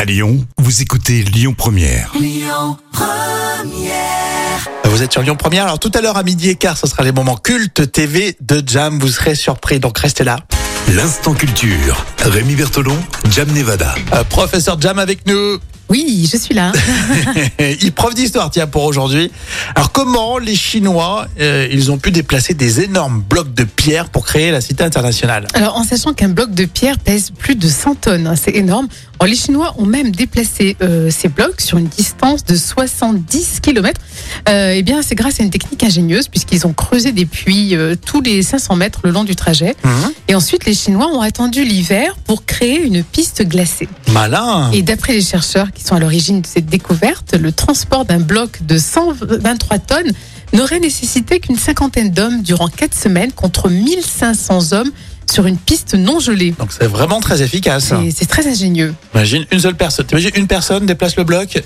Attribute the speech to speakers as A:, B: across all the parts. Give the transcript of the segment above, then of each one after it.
A: À Lyon, vous écoutez Lyon Première.
B: Vous êtes sur Lyon Première. Alors tout à l'heure à midi et quart, ce sera les moments cultes TV de Jam. Vous serez surpris, donc restez là.
A: L'instant culture. Rémi Bertolon, Jam Nevada.
B: Euh, professeur Jam avec nous.
C: Oui, je suis là.
B: Il prof d'histoire, tiens, pour aujourd'hui. Alors comment les Chinois, euh, ils ont pu déplacer des énormes blocs de pierre pour créer la cité internationale
C: Alors, en sachant qu'un bloc de pierre pèse plus de 100 tonnes, hein, c'est énorme. Alors, les Chinois ont même déplacé euh, ces blocs sur une distance de 70 km. Euh, eh bien, c'est grâce à une technique ingénieuse, puisqu'ils ont creusé des puits euh, tous les 500 mètres le long du trajet. Et ensuite, les Chinois ont attendu l'hiver pour créer une piste glacée.
B: Malin
C: Et d'après les chercheurs qui sont à l'origine de cette découverte, le transport d'un bloc de 123 tonnes n'aurait nécessité qu'une cinquantaine d'hommes durant 4 semaines contre 1500 hommes sur une piste non gelée.
B: Donc c'est vraiment très efficace.
C: C'est c'est très ingénieux.
B: Imagine une seule personne. T'imagines une personne déplace le bloc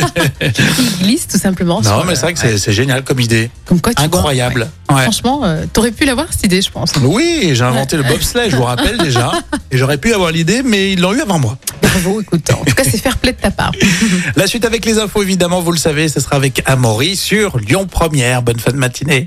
C: Ils glissent tout simplement.
B: Non,
C: sur,
B: mais
C: euh,
B: c'est vrai que c'est c'est génial comme idée.
C: Comme quoi, tu vois,
B: Incroyable.
C: ouais.
B: Ouais.
C: Franchement, euh, t'aurais pu l'avoir cette idée, je pense.
B: Oui, j'ai inventé le bobsleigh, je vous rappelle déjà. Et j'aurais pu avoir l'idée, mais ils l'ont eu avant moi.
C: Bravo, écoute. En tout cas, c'est fair play de ta part.
B: La suite avec les infos, évidemment, vous le savez, ce sera avec Amaury sur Lyon Première. Bonne fin de matinée.